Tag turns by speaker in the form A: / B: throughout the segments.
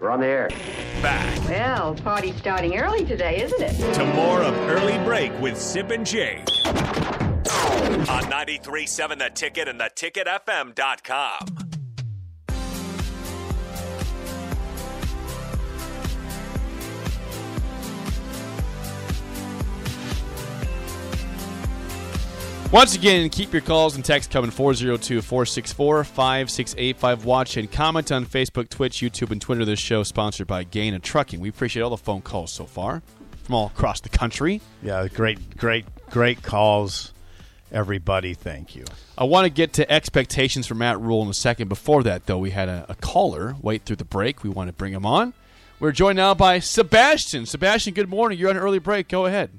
A: We're on the air.
B: Back
C: Well, party's starting early today, isn't it?
B: to more of Early Break with Sip and Jay. On 93.7 The Ticket and theticketfm.com.
D: Once again, keep your calls and texts coming 402 464 5685. Watch and comment on Facebook, Twitch, YouTube, and Twitter. This show sponsored by Gain and Trucking. We appreciate all the phone calls so far from all across the country.
E: Yeah, great, great, great calls, everybody. Thank you.
D: I want to get to expectations for Matt Rule in a second. Before that, though, we had a, a caller wait through the break. We want to bring him on. We're joined now by Sebastian. Sebastian, good morning. You're on an early break. Go ahead.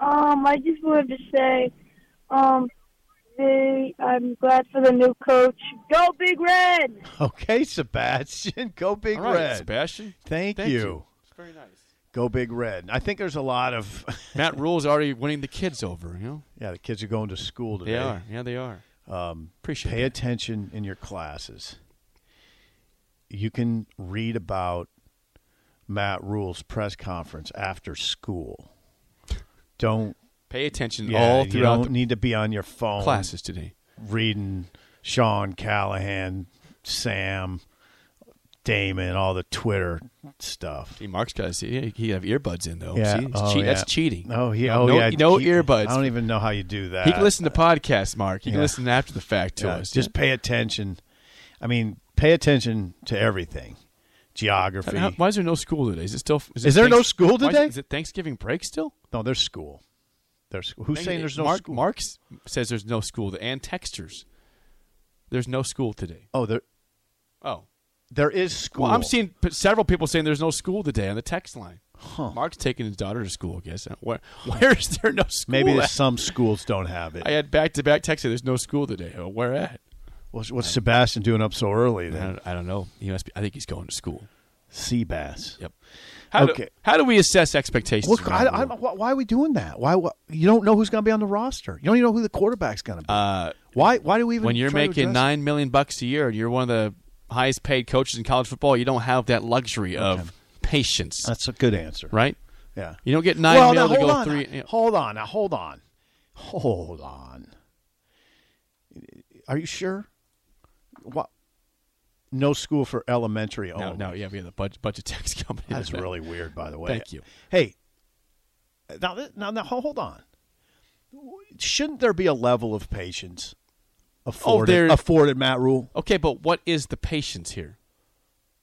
F: Um, I just wanted to say, um, they, I'm glad for the new coach. Go Big Red!
E: Okay, Sebastian, go big
D: All right,
E: red.
D: Sebastian.
E: Thank,
D: Thank
E: you.
D: you. It's very nice.
E: Go big red. I think there's a lot of
D: Matt Rule's already winning the kids over, you know?
E: yeah. The kids are going to school today.
D: They are. Yeah, they are. Um, Appreciate
E: Pay
D: it.
E: attention in your classes. You can read about Matt Rule's press conference after school. Don't
D: Pay attention
E: yeah,
D: all
E: you
D: throughout
E: don't
D: the
E: need to be on your phone
D: classes today.
E: reading Sean Callahan, Sam, Damon, all the Twitter stuff.
D: See, Mark's got to see. He, he have earbuds in though.
E: Yeah.
D: See, it's
E: Oh,
D: cheat-
E: yeah.
D: That's cheating.
E: Oh, yeah.
D: No-
E: Oh, yeah.
D: No
E: He-
D: earbuds.
E: I don't even know how you do that.
D: he can listen to podcasts, Mark. He can
E: Yeah.
D: listen after the fact to
E: Yeah,
D: us.
E: Just pay attention. I mean, pay attention to everything. Geography.
D: How- why is there no school today? Is it still?
E: Is there no school
D: why is-
E: today?
D: Is it Thanksgiving break still?
E: no, there's school. There's who's saying there's no
D: Mark,
E: school?
D: Mark says there's no school. And texters, there's no school today.
E: Oh, there
D: Oh,
E: there is school.
D: well, I'm seeing p- several people saying there's no school today on the text line. Mark's taking his daughter to school. I guess. Where, where is there no school?
E: maybe
D: at?
E: there's some schools don't have it.
D: I had back to back texts. There's no school today. Oh, Where at?
E: what's, what's Sebastian doing up so early
D: I
E: then?
D: don't, I don't know. He must be. I think he's going to school.
E: Seabass.
D: Yep. How Do,
E: Okay.
D: how do we assess expectations?
E: Well,
D: for
E: I,
D: Matt
E: I,
D: Rule?
E: why why are we doing that? Why, why you don't know who's going to be on the roster? You don't even know who the quarterback's going to be.
D: uh,
E: why? Why do we even?
D: when you're
E: try to
D: making
E: address-
D: nine million bucks a year and you're one of the highest paid coaches in college football, you don't have that luxury of patience,
E: That's a good answer,
D: right?
E: Yeah.
D: You don't get nine
E: well,
D: mil
E: now,
D: to
E: hold
D: go
E: on.
D: three.
E: Now, Hold on. Now hold on. Hold on. Are you sure? What? No school for elementary
D: no,
E: only.
D: no, yeah, we have the budget, budget tax company.
E: That's really weird, by the way.
D: Thank you.
E: Hey, now, th- now, now, ho- hold on. Shouldn't there be a level of patience
D: Oh,
E: afforded,
D: there-
E: afforded Matt Rule?
D: Okay, but what is the patience here?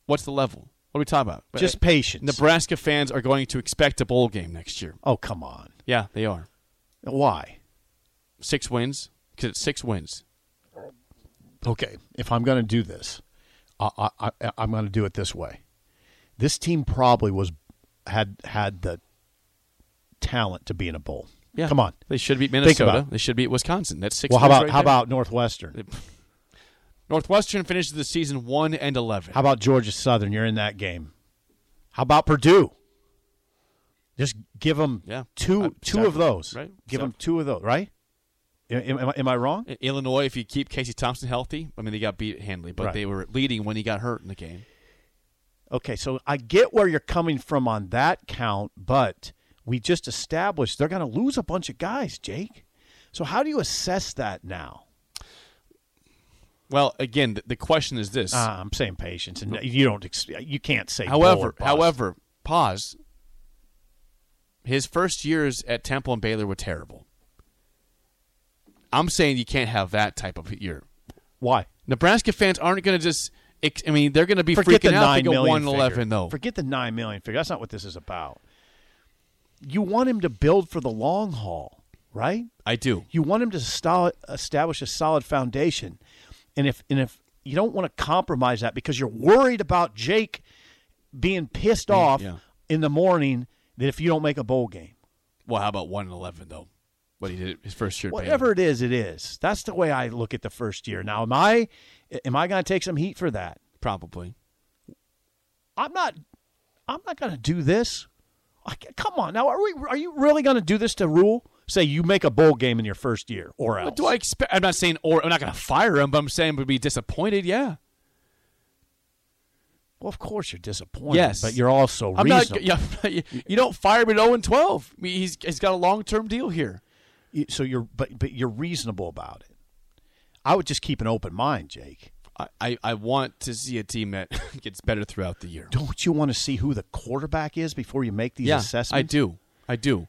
D: What's the level? What are we talking about? Uh,
E: Just patience.
D: Nebraska fans are going to expect a bowl game next year.
E: oh, come on.
D: Yeah, they are.
E: Why?
D: Six wins because it's six wins.
E: Okay, if I'm going to do this, I, I, I, I'm going to do it this way. This team probably was had had the talent to be in a bowl.
D: Yeah,
E: come on.
D: They should beat
E: about
D: Minnesota.
E: it.
D: They should beat Wisconsin. That's six.
E: Well, how
D: wins
E: about
D: right
E: how
D: there.
E: about Northwestern?
D: Northwestern finishes the season one and eleven?
E: How about Georgia Southern? You're in that game. How about Purdue? Just give them
D: Yeah.
E: two
D: Uh,
E: two
D: several,
E: of those.
D: right?
E: Give
D: Several.
E: them two of those. Right? Am, am I- am I wrong?
D: I- Illinois, if you keep Casey Thompson healthy, I mean they got beat at Handley, but
E: Right.
D: they were leading when he got hurt in the game.
E: Okay, so I get where you're coming from on that count, but we just established they're going to lose a bunch of guys, Jake. So how do you assess that now?
D: Well, again, the, the question is this.
E: Ah, I'm saying patience, and you don't, ex- you can't say. bowl or
D: however,
E: bust.
D: however, pause. His first years at Temple and Baylor were terrible. I'm saying you can't have that type of year.
E: why?
D: Nebraska fans aren't going to just. ex- I mean, they're going to be
E: Forget
D: freaking
E: the
D: out. if
E: nine
D: They go
E: million
D: one and eleven
E: figure.
D: though.
E: Forget the nine million figure. That's not what this is about. You want him to build for the long haul, right?
D: I do.
E: You want him to stol- establish a solid foundation, and if and if you don't want to compromise that because you're worried about Jake being pissed off
D: Mm, yeah.
E: in the morning that if you don't make a bowl game.
D: Well, how about one and eleven though? What he did his first year. at Baylor.
E: Whatever it is, it is. That's the way I look at the first year. Now, am I am I going to take some heat for that?
D: probably.
E: I'm not. I'm not going to do this. I, ca- come on, now are we? Are you really going to do this to rule? Say you make a bowl game in your first year, or else?
D: What do I expect? I'm not saying or I'm not going to fire him, but I'm saying would be disappointed. Yeah.
E: Well, of course you're disappointed.
D: Yes.
E: but you're also
D: I'm not,
E: reasonable.
D: yeah, you, you don't fire him at 0 and 12. I mean, he's, he's got a long term deal here.
E: You- so you're, but but you're reasonable about it. I would just keep an open mind, Jake.
D: I, I, I want to see a team that gets better throughout the year.
E: Don't you want to see who the quarterback is before you make these
D: yeah,
E: assessments?
D: I do. I do.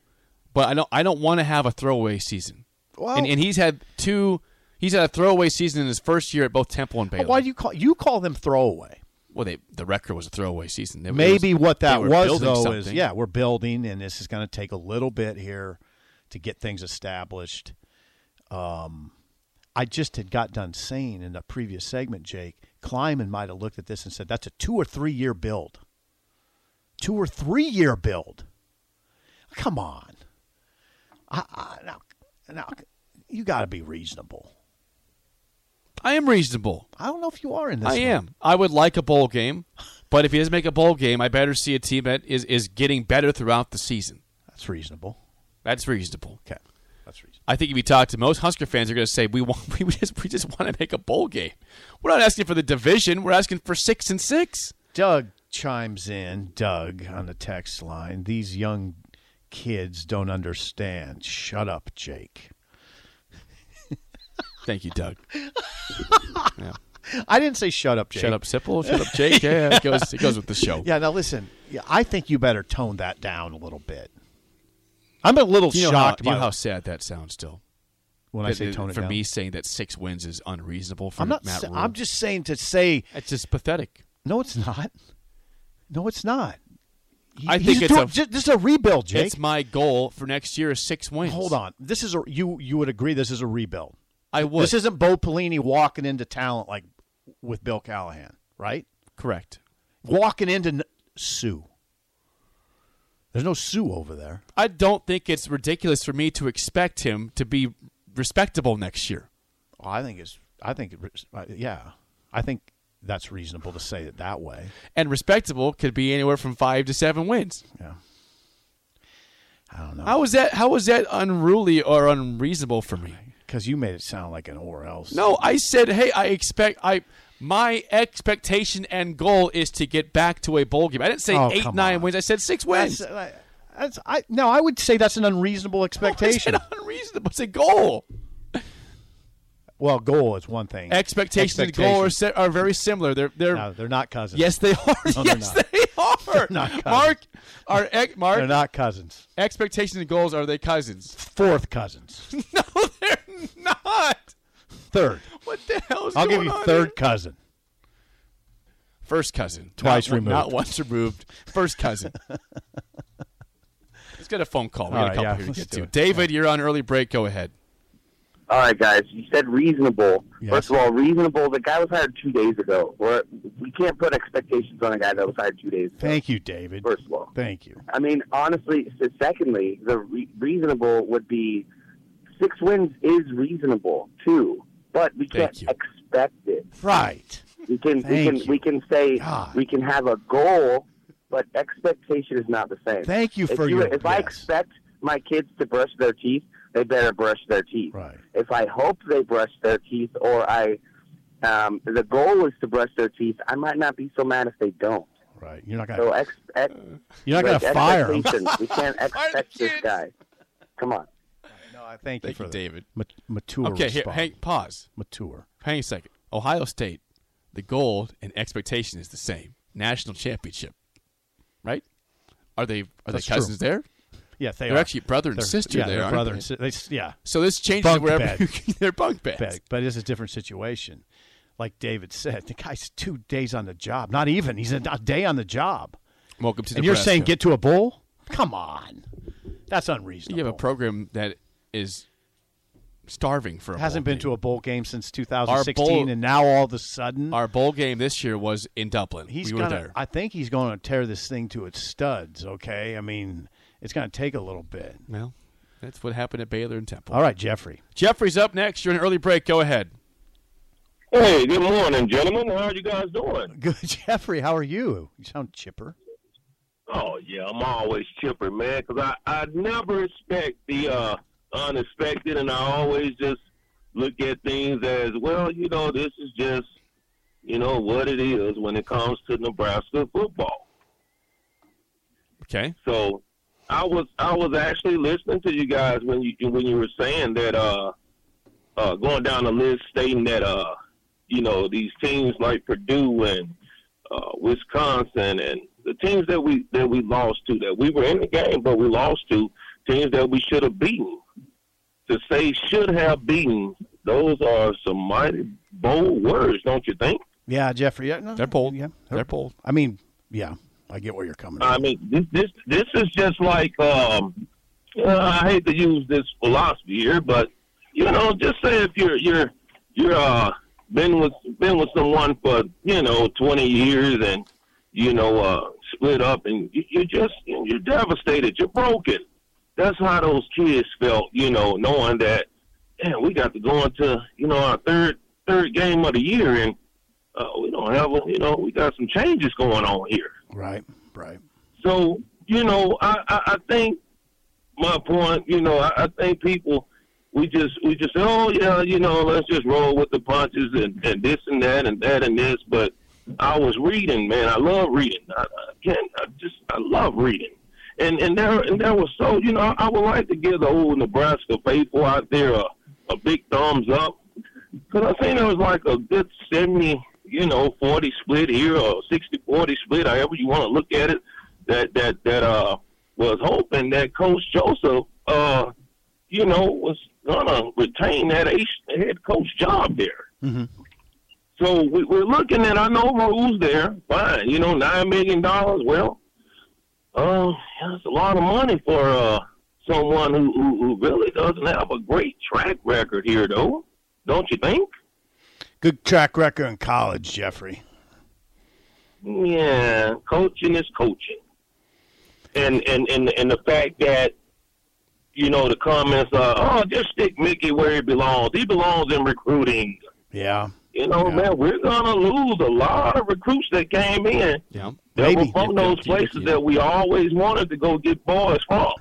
D: But I don't, I don't want to have a throwaway season.
E: Well-
D: and, and he's had two, he's had a throwaway season in his first year at both Temple and Baylor.
E: Why do you call you call them throwaway?
D: well, they, the record was a throwaway season. It was-
E: Maybe what
D: they
E: that
D: were
E: was
D: building
E: though is
D: something.
E: yeah, we're building, and this is going to take a little bit here to get things established. Um, I just had got done saying in the previous segment, Jake Kleiman might have looked at this and said that's a two or three year build, two or three year build. Come on, I, I, now, now you got to be reasonable.
D: I am reasonable.
E: I don't know if you are in this.
D: I
E: one.
D: am. I would like a bowl game, but if he doesn't make a bowl game, I better see a team that is, is getting better throughout the season.
E: That's reasonable.
D: That's reasonable.
E: Okay, that's reasonable.
D: I think if you talk to most Husker fans, they're going to say we want we just we just want to make a bowl game. We're not asking for the division. We're asking for six and six.
E: Doug chimes in, Doug on the text line. These young kids don't understand. Shut up, Jake.
D: Thank you, Doug.
E: I didn't say shut up, Jake.
D: Shut up, Sipple. Shut up, Jake. Yeah, it goes it goes with the show.
E: Yeah, now listen, yeah, I think you better tone that down a little bit. I'm a little
D: You know,
E: shocked
D: how, you
E: by
D: know how sad that sounds. Still,
E: when I say tone it
D: for
E: down.
D: me saying that six wins is unreasonable for
E: I'm not
D: Matt
E: sa-
D: Rule.
E: I'm just saying to say
D: it's just pathetic.
E: no it's not. No it's not. He-
D: I
E: he's
D: think it's
E: dro-
D: a-
E: ju- this is a rebuild, Jake.
D: It's my goal for next year is six wins.
E: Hold on. This is a you you would agree this is a rebuild.
D: I would.
E: This isn't Bo Pelini walking into talent like with Bill Callahan, right?
D: correct.
E: Walking into n- Sue. There's no Sue over there.
D: I don't think it's ridiculous for me to expect him to be respectable next year.
E: Oh, I think it's. I think. It, was- uh, yeah, I think that's reasonable to say it that way.
D: And respectable could be anywhere from five to seven wins.
E: Yeah. I don't know
D: How is that? How is that unruly or unreasonable for me?
E: because you made it sound like an or else.
D: No, I said, hey, I expect I my expectation and goal is to get back to a bowl game. I didn't say
E: Oh,
D: eight,
E: come
D: nine
E: on.
D: wins. I said six
E: that's,
D: wins.
E: that's- I, no, I would say that's an unreasonable expectation.
D: It's unreasonable. It's a goal.
E: well, goal is one thing.
D: Expectation and goal are,
E: Expectations-
D: si- are very similar. They're they're
E: No, they're not cousins.
D: yes they are.
E: No, they're
D: yes
E: not.
D: they are.
E: not cousins.
D: Mark, our ex- Mark
E: they're not cousins.
D: expectations and goals are they cousins?
E: Fourth cousins.
D: No, they're not.
E: Third.
D: What the hell is
E: I'll
D: going
E: give you
D: on
E: third
D: here?
E: cousin.
D: First cousin.
E: Twice
D: Not-
E: removed.
D: Not once removed. First cousin. Let's get a phone call. We
E: All
D: got a
E: right,
D: couple
E: yeah,
D: here to
E: let's
D: get
E: do
D: to.
E: it.
D: David, you're on early break. Go ahead.
A: All right, guys. You said reasonable.
E: Yes.
A: First of all, reasonable. The guy was hired two days ago. We're, we can't put expectations on a guy that was hired two days ago.
E: Thank you, David.
A: First of all,
E: Thank you.
A: I mean, honestly. So secondly, the re- reasonable would be six wins is reasonable too, but we
D: Thank
A: can't
D: you.
A: expect it.
E: Right.
A: We can we
E: Thank
A: can
E: you.
A: we can say
E: God.
A: we can have a goal, but expectation is not the same.
E: Thank you
A: if
E: for
A: you,
E: your-
A: If I
E: yes.
A: expect my kids to brush their teeth, they better brush their teeth.
E: Right.
A: If I hope they brush their teeth, or I um, the goal is to brush their teeth, I might not be so mad if they don't.
E: Right. You're not
A: So
E: gonna
A: ex, ex,
E: you're not gonna
A: like
E: fire him.
A: expectation. we can't expect this
D: kids.
A: guy. Come on.
E: No, I thank,
D: Thank
E: for
D: you,
E: that.
D: David.
E: Ma- mature.
D: okay, here,
E: response.
D: hang, pause.
E: Mature.
D: Hang a second. Ohio State, the goal and expectation is the same. National championship, right? Are they are
E: That's
D: they cousins there?
E: Yeah, they
D: They're
E: are.
D: actually brother and
E: They're-
D: sister
E: Yeah,
D: there,
E: they're
D: aren't
E: brother
D: they?
E: and si- they s- Yeah,
D: So this changes
E: Bunk
D: wherever
E: bed.
D: you can- they're bunk beds.
E: but, but it's a different situation. Like David said, the guy's two days on the job. Not even. He's a, a day on the job.
D: Welcome to
E: and you're
D: Nebraska.
E: saying get to a bowl? Come on, that's unreasonable.
D: you have a program that is starving for a
E: Hasn't
D: bowl
E: been to a bowl game since
D: Our
E: 2016,
D: bowl-
E: and now all of a sudden,
D: Our bowl game this year was in Dublin.
E: he's
D: we were
E: gonna.
D: there.
E: I think he's going to tear this thing to its studs. Okay, I mean, it's going to take a little bit.
D: well, that's what happened at Baylor and Temple.
E: All right, Jeffrey.
D: Jeffrey's up next. You're in early break. Go ahead.
G: Hey, good morning, gentlemen. How are you guys doing?
E: Good, Jeffrey. How are you? You sound chipper.
G: Oh yeah, I'm always chipper, man, 'cause I I never expect the uh, unexpected, and I always just look at things as well. You know, this is just you know what it is when it comes to Nebraska football.
D: Okay.
G: So I was I was actually listening to you guys when you when you were saying that uh uh going down the list stating that uh you know these teams like Purdue and uh Wisconsin and the teams that we that we lost to that we were in the game but we lost to teams that we should have beaten to say should have beaten those are some mighty bold words don't you think
E: Yeah, Jeffrey. Yeah, no,
D: They're bold.
E: Yeah,
D: They're bold.
E: I mean, yeah, I get where you're coming. from.
G: I mean, this this this is just like um, uh, I hate to use this philosophy here, but you know, just say if you're you're you're uh, been with been with someone for you know twenty years and you know uh, split up and you, you just you're devastated, you're broken. That's how those kids felt, you know, knowing that man, we got to go into you know our third third game of the year and. Uh, we don't have, a, you know, we got some changes going on here.
E: Right, right.
G: So you know, I, I, I think my point. You know, I, I think people we just we just say, oh yeah, you know, let's just roll with the punches and, and this and that and that and this. But I was reading, man. I love reading. I, I can't. I just I love reading. And and there and there was so you know I, I would like to give the old Nebraska faithful out there a, a big thumbs up because I think it was like a good 70, you know, 40 split here or 60 40 split, however you want to look at it, that, that, that, uh, was hoping that Coach Joseph, uh, you know, was going to retain that ace head coach job there. So we, we're looking at, I know rules there, fine, you know, $9 million. Well, uh, that's a lot of money for, uh, someone who, who, who really doesn't have a great track record here, though. Don't you think?
E: Good track record in college, Jeffrey.
G: Yeah, coaching is coaching, and and and and the fact that you know the comments are, oh, just stick Mickey where he belongs. He belongs in recruiting.
E: Yeah,
G: You know, man, we're gonna lose a lot of recruits that came in
D: Yeah.
G: that
E: Maybe.
G: were from those
D: Yeah, Mickey,
G: places
D: yeah.
G: that we always wanted to go get boys from,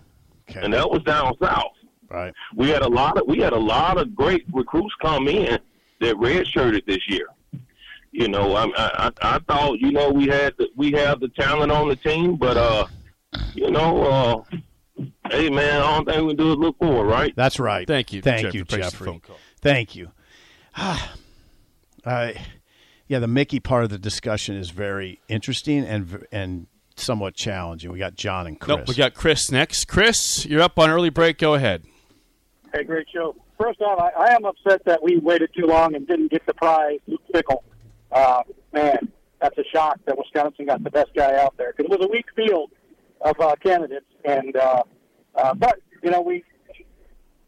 E: okay,
G: and that was down south.
E: right.
G: We had a lot of we had a lot of great recruits come in that redshirted this year. You know, I I, I I thought you know we had the, we have the talent on the team, but uh, you know, uh, hey man, all thing we do is look forward, right?
E: That's right.
D: Thank you.
E: Thank
D: Jeffrey.
E: you,
D: Appreciate the
E: Jeffrey.
D: phone call.
E: Thank you. Ah, I- yeah, the Mickey part of the discussion is very interesting and v- and somewhat challenging. We got John and Chris.
D: Nope. We got Chris next. Chris, you're up on early break. Go ahead.
H: Hey, great show. First off, I, I am upset that we waited too long and didn't get the prize, Luke Fickle. Uh, man, that's a shock that Wisconsin got the best guy out there because it was a weak field of uh, candidates. And uh, uh, but you know we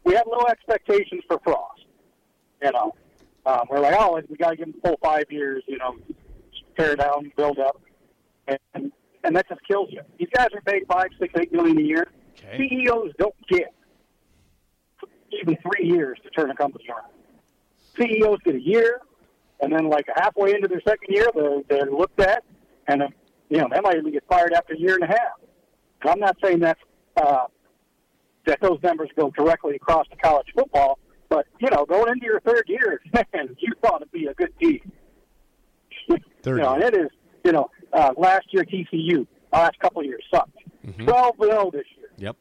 H: we had low expectations for Frost. You know, um, we're like, oh, we got to give him the full five years. You know, tear down, build up, and and that just kills you. These guys are paid five, six, eight million a year.
E: Okay.
H: CEOs don't get even three years to turn a company around. CEOs get a year, and then like halfway into their second year, they're, they're looked at, and uh, you know they might even get fired after a year and a half. And I'm not saying that's uh, that those numbers go directly across to college football, but you know going into your third year, man, you want to be a good team.
E: Third
H: you know, and it is you know uh, last year TCU, last couple of years sucked. Twelve below this year.
D: Yep.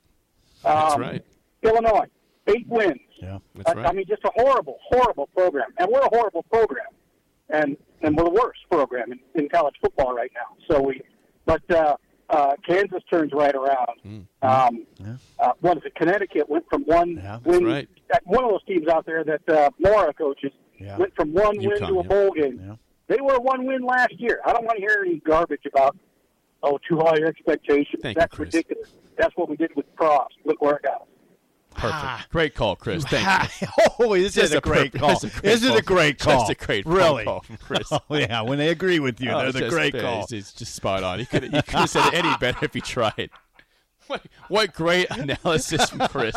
H: Um,
D: That's right.
H: Illinois, eight wins.
E: Yeah.
D: That's
H: I,
D: right.
H: I mean, just a horrible, horrible program, and we're a horrible program, and and we're the worst program in, in college football right now. So we, but uh, uh, Kansas turns right around.
E: Hmm.
H: Um, uh, what is it? Connecticut went from one
E: Yeah, that's
H: win.
D: right.
H: that- one of those teams out there that uh, Mora coaches
E: Yeah.
H: went from one win
D: UConn,
H: to a
D: yeah.
H: bowl game.
E: Yeah.
H: They were one win last year. I don't want to hear any garbage about oh too high expectations.
D: Thank you,
H: That's
D: Chris.
H: ridiculous. That's what we did with Cross. Look where it got us.
D: Perfect. Great call, Chris. Thank you.
E: oh, this
D: Just
E: is a great
D: perfect-
E: call.
D: just
E: This is a great call.
D: Just a great phone
E: really.
D: call from Chris.
E: Oh, yeah, when they agree with you,
D: Oh,
E: they're the
D: just-
E: great
D: yeah,
E: call.
D: It's, it's just spot on. He could he could have said it any better if he tried. What what great analysis from Chris.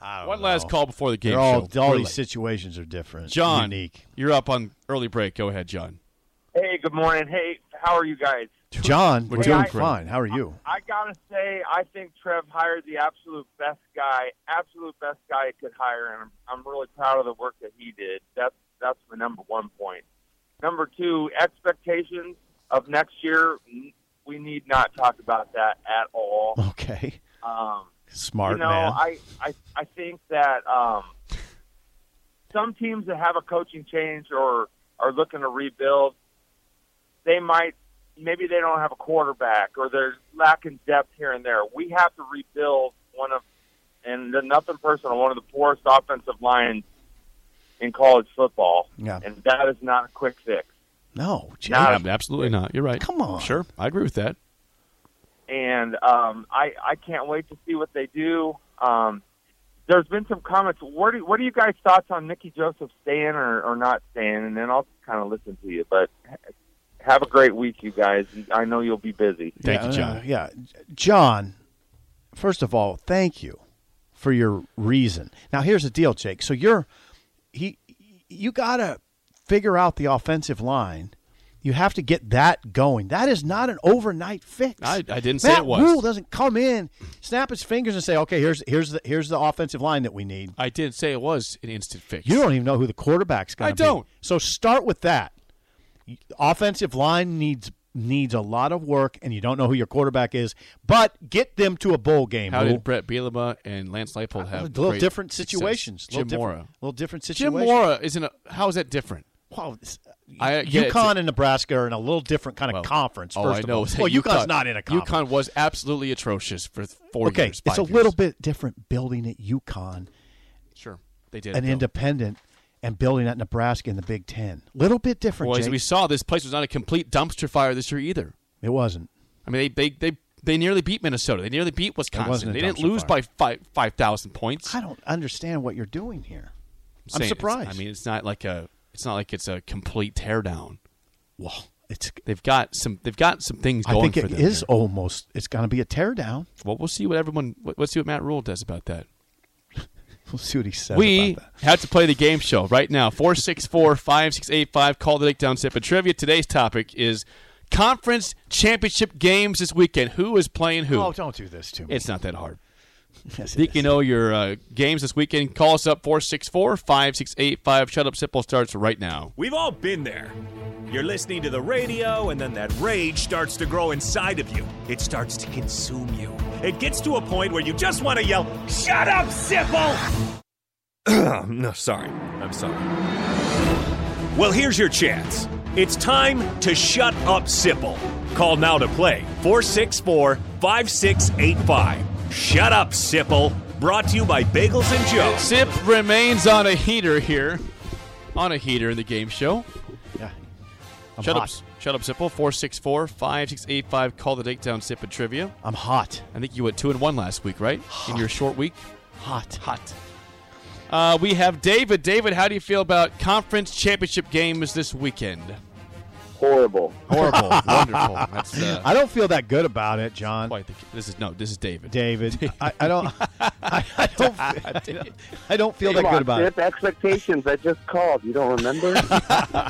D: One last call before the game.
E: They're all,
D: show.
E: all
D: We're
E: these
D: late.
E: situations are different.
D: John,
E: unique.
D: you're up on early break. Go ahead, John.
G: Hey, good morning. Hey, how are you guys?
E: John,
D: We're
E: we're
D: doing
E: doing
D: great.
E: fine. How are you?
G: I gotta say, I think Trev hired the absolute best guy, absolute best guy he could hire, and I'm, I'm really proud of the work that he did. That's that's my number one point. Number two, expectations of next year. n- We need not talk about that at all.
E: Okay,
G: Um,
E: smart
G: you know,
E: man.
G: I, I I think that um, some teams that have a coaching change or are looking to rebuild, they might maybe they don't have a quarterback or they're lacking depth here and there. We have to rebuild one of and there's nothing personal, one of the poorest offensive lines in college football.
E: Yeah.
G: And that is not a quick fix.
E: no,
G: Not
E: John.
G: a-
D: Ab- Absolutely not. You're right.
E: Come on.
D: Sure, I agree with that.
G: and um, I I can't wait to see what they do. Um, there's been some comments. What do what are you guys' thoughts on Nikki Joseph staying or, or not staying? And then I'll kind of listen to you. But have a great week, you guys. I know you'll be busy.
D: Thank you,
E: Yeah,
D: John.
E: uh, yeah, John. First of all, thank you for your reason. Now, here's the deal, Jake. So you're he, you gotta figure out the offensive line. You have to get that going. That is not an overnight fix.
D: I- I didn't
E: Matt
D: say it was.
E: Rule doesn't come in, snap his fingers, and say, "Okay, here's here's the here's the offensive line that we need."
D: I did say it was an instant fix.
E: You don't even know who the quarterback's going
D: I
E: to be.
D: don't.
E: So start with that. Offensive line needs needs a lot of work, and you don't know who your quarterback is. But get them to a bowl game.
D: How
E: Rule.
D: did Brett Bielema and Lance Leipold have
E: a little
D: great
E: different
D: success?
E: situations.
D: Jim
E: little
D: Mora.
E: Different, little different
D: Jim
E: situations.
D: Mora isn't. A, how is that different?
E: Wow, this-
D: I- yeah, it's
E: UConn and Nebraska are in a little different kind of conference.
D: All
E: first
D: Oh, I
E: of
D: know
E: all,
D: is that
E: well,
D: UConn-
E: UConn's not in a conference.
D: UConn was absolutely atrocious for four
E: okay,
D: years.
E: it's
D: five
E: a
D: years.
E: little bit different building at UConn,
D: Sure, they did.
E: an
D: though.
E: independent, and building at Nebraska in the Big Ten. Little bit different.
D: Well, as
E: Jake.
D: we saw, this place was not a complete dumpster fire this year either.
E: it wasn't.
D: I mean, they they they, they nearly beat Minnesota. They nearly beat Wisconsin.
E: wasn't a
D: They didn't
E: dumpster
D: lose
E: fire.
D: by five five thousand points.
E: I don't understand what you're doing here. I'm
D: saying it's-
E: surprised.
D: I mean, it's not like a it's not like it's a complete teardown.
E: well, it's.
D: They've got some they've got some things
E: I
D: going
E: think
D: for
E: it
D: them.
E: is
D: here.
E: almost. It's going to be a teardown.
D: Well, we'll see what everyone. what- Let's see what Matt Rule does about that.
E: We'll see what he says.
D: we
E: about that.
D: have to play the game show right now. 464 5685. Call the Dick Down Sip. And trivia today's topic is conference championship games this weekend. Who is playing who?
E: Oh, don't do this to me.
D: it's not that hard.
E: Yes, it
D: Think you
E: is.
D: know your uh, games this weekend? Call us up 464 5685. Shut Up Simple starts right now.
B: We've all been there. You're listening to the radio, and then that rage starts to grow inside of you. It starts to consume you. It gets to a point where you just want to yell, Shut up, Sipple! no, sorry. I'm sorry. Well, here's your chance. It's time to shut up, Sipple. Call now to play 464 5685. Shut up, Sipple. Brought to you by Bagels and Joe.
D: Sip remains on a heater here. On a heater in the game show.
E: Yeah. I'm
D: Shut
E: hot.
D: up. Shut up, Sipple. 464 5685. Call the Dick Down Sip and Trivia.
E: I'm hot.
D: I think you went two and one last week, right? In your short week.
E: Hot.
D: Hot. Uh, we have David. David, how do you feel about conference championship games this weekend?
A: Horrible.
D: Horrible. Wonderful. That's uh,
E: I don't feel that good about it, John.
D: quite the. This is no. This is David.
E: David, I, I don't. I, I don't. I don't- I don't feel that
A: Come
E: good
A: on,
E: about
A: Sip, expectations. I just called. You don't remember?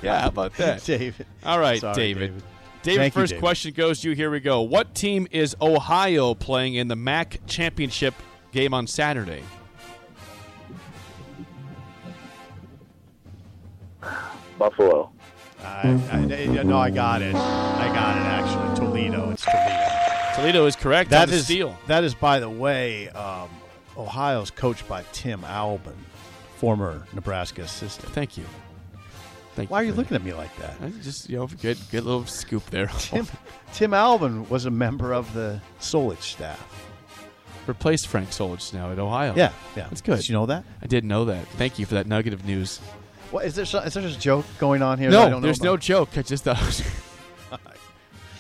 D: Yeah. How about
E: it,
D: that?
E: David.
D: All right,
E: Sorry,
D: David. David,
E: David. Thank you,
D: first
E: David.
D: question goes to you. Here we go. What team is Ohio playing in the MAC championship game on Saturday?
A: Buffalo.
E: I, I, no, I got it. I got it. Actually, Toledo. It's Toledo.
D: Toledo is correct. on
E: That
D: the
E: is
D: steal.
E: That is, by the way, um, Ohio's coached by Tim Albin, former Nebraska assistant.
D: Thank you. Thank
E: Why are you
D: for that.
E: looking at me like that?
D: I just you know good good little scoop there.
E: Tim, Tim Albin was a member of the Solich staff.
D: Replaced Frank Solich now at Ohio.
E: Yeah, yeah,
D: that's good.
E: Did you know that?
D: I did know that. Thank you for that nugget of news.
E: What is there? so- Is there a joke going on here? that I
D: No,
E: don't
D: there's
E: know
D: no
E: about?
D: joke. I just thought.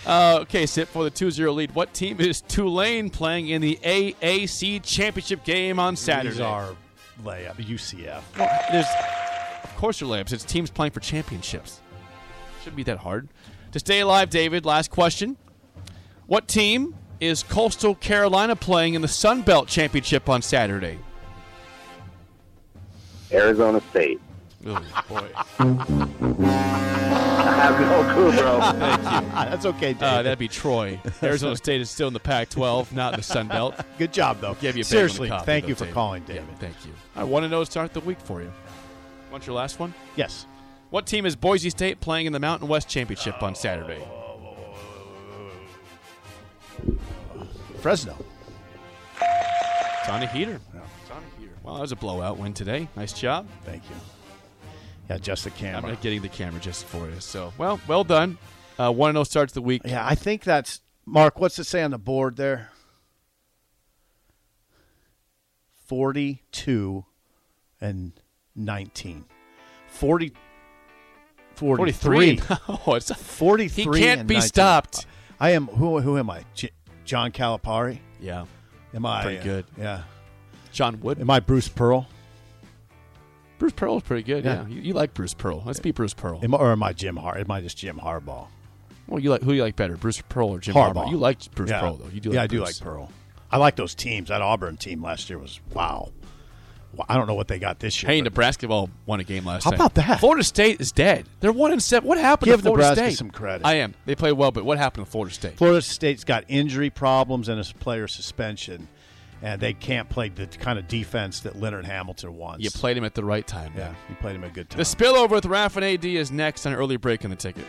D: Uh, okay, sit for the 2 0 lead. What team is Tulane playing in the AAC championship game on Saturday?
E: These are uh, layup, UCF.
D: Well, there's, of course, they're layups. It's teams playing for championships. Shouldn't be that hard. To stay alive, David, last question. What team is Coastal Carolina playing in the Sun Belt Championship on Saturday?
A: Arizona State.
D: Oh, boy.
A: I have no clue, bro.
D: Thank you.
E: Ah, That's okay, David.
D: Uh, that'd be Troy. Arizona State is still in the Pac 12, not in the Sun Belt.
E: Good job, though.
D: Give you a bang on the
E: Seriously,
D: coffee,
E: thank
D: though,
E: you for
D: David.
E: calling,
D: Yeah,
E: David.
D: thank you. I want to know oh to start the week for you. Want your last one?
E: Yes.
D: What team is Boise State playing in the Mountain West Championship on Saturday?
E: Fresno.
D: It's on a heater. It's on a heater. Wow, that was a blowout win today. Nice job.
E: Thank you. Yeah, just the
D: I'm
E: camera.
D: not getting the camera just for you. So, well, well done. Uh, 1 0 starts the week.
E: Yeah, I think that's Mark. What's it say on the board there? Forty-two and nineteen. 40, 43.
D: 43. oh, it's a,
E: 43
D: He can't
E: and
D: be
E: 19.
D: stopped.
E: I am. Who? Who am I? J- John Calipari.
D: yeah.
E: Am I
D: Pretty
E: uh,
D: good.
E: Yeah.
D: John Wood.
E: Am I Bruce Pearl?
D: Bruce Pearl's pretty good. Yeah.
E: Yeah.
D: You, you like Bruce Pearl. Let's be Bruce Pearl.
E: Am I, or am I Jim Har? Am I just Jim Harbaugh?
D: Well, you like who you like better, Bruce Pearl or Jim Harbaugh?
E: Harbaugh.
D: You like Bruce
E: yeah.
D: Pearl though. You do.
E: Yeah,
D: like
E: I do like
D: Bruce.
E: Pearl. I like those teams. That Auburn team last year was wow. Well, I don't know what they got this year.
D: Hey,
E: but
D: Nebraska ball won a game last
E: How
D: night.
E: about that?
D: Florida State is dead. They're one and seven. What happened
E: Give
D: to Florida
E: Nebraska
D: State?
E: some credit.
D: I am. They played well, but what happened to Florida State?
E: Florida State's got injury problems and a player suspension, and they can't play the kind of defense that Leonard Hamilton wants.
D: You played him at the right time. man.
E: yeah, you played him a good time.
D: The spillover with Raff and AD is next on an early break in the ticket.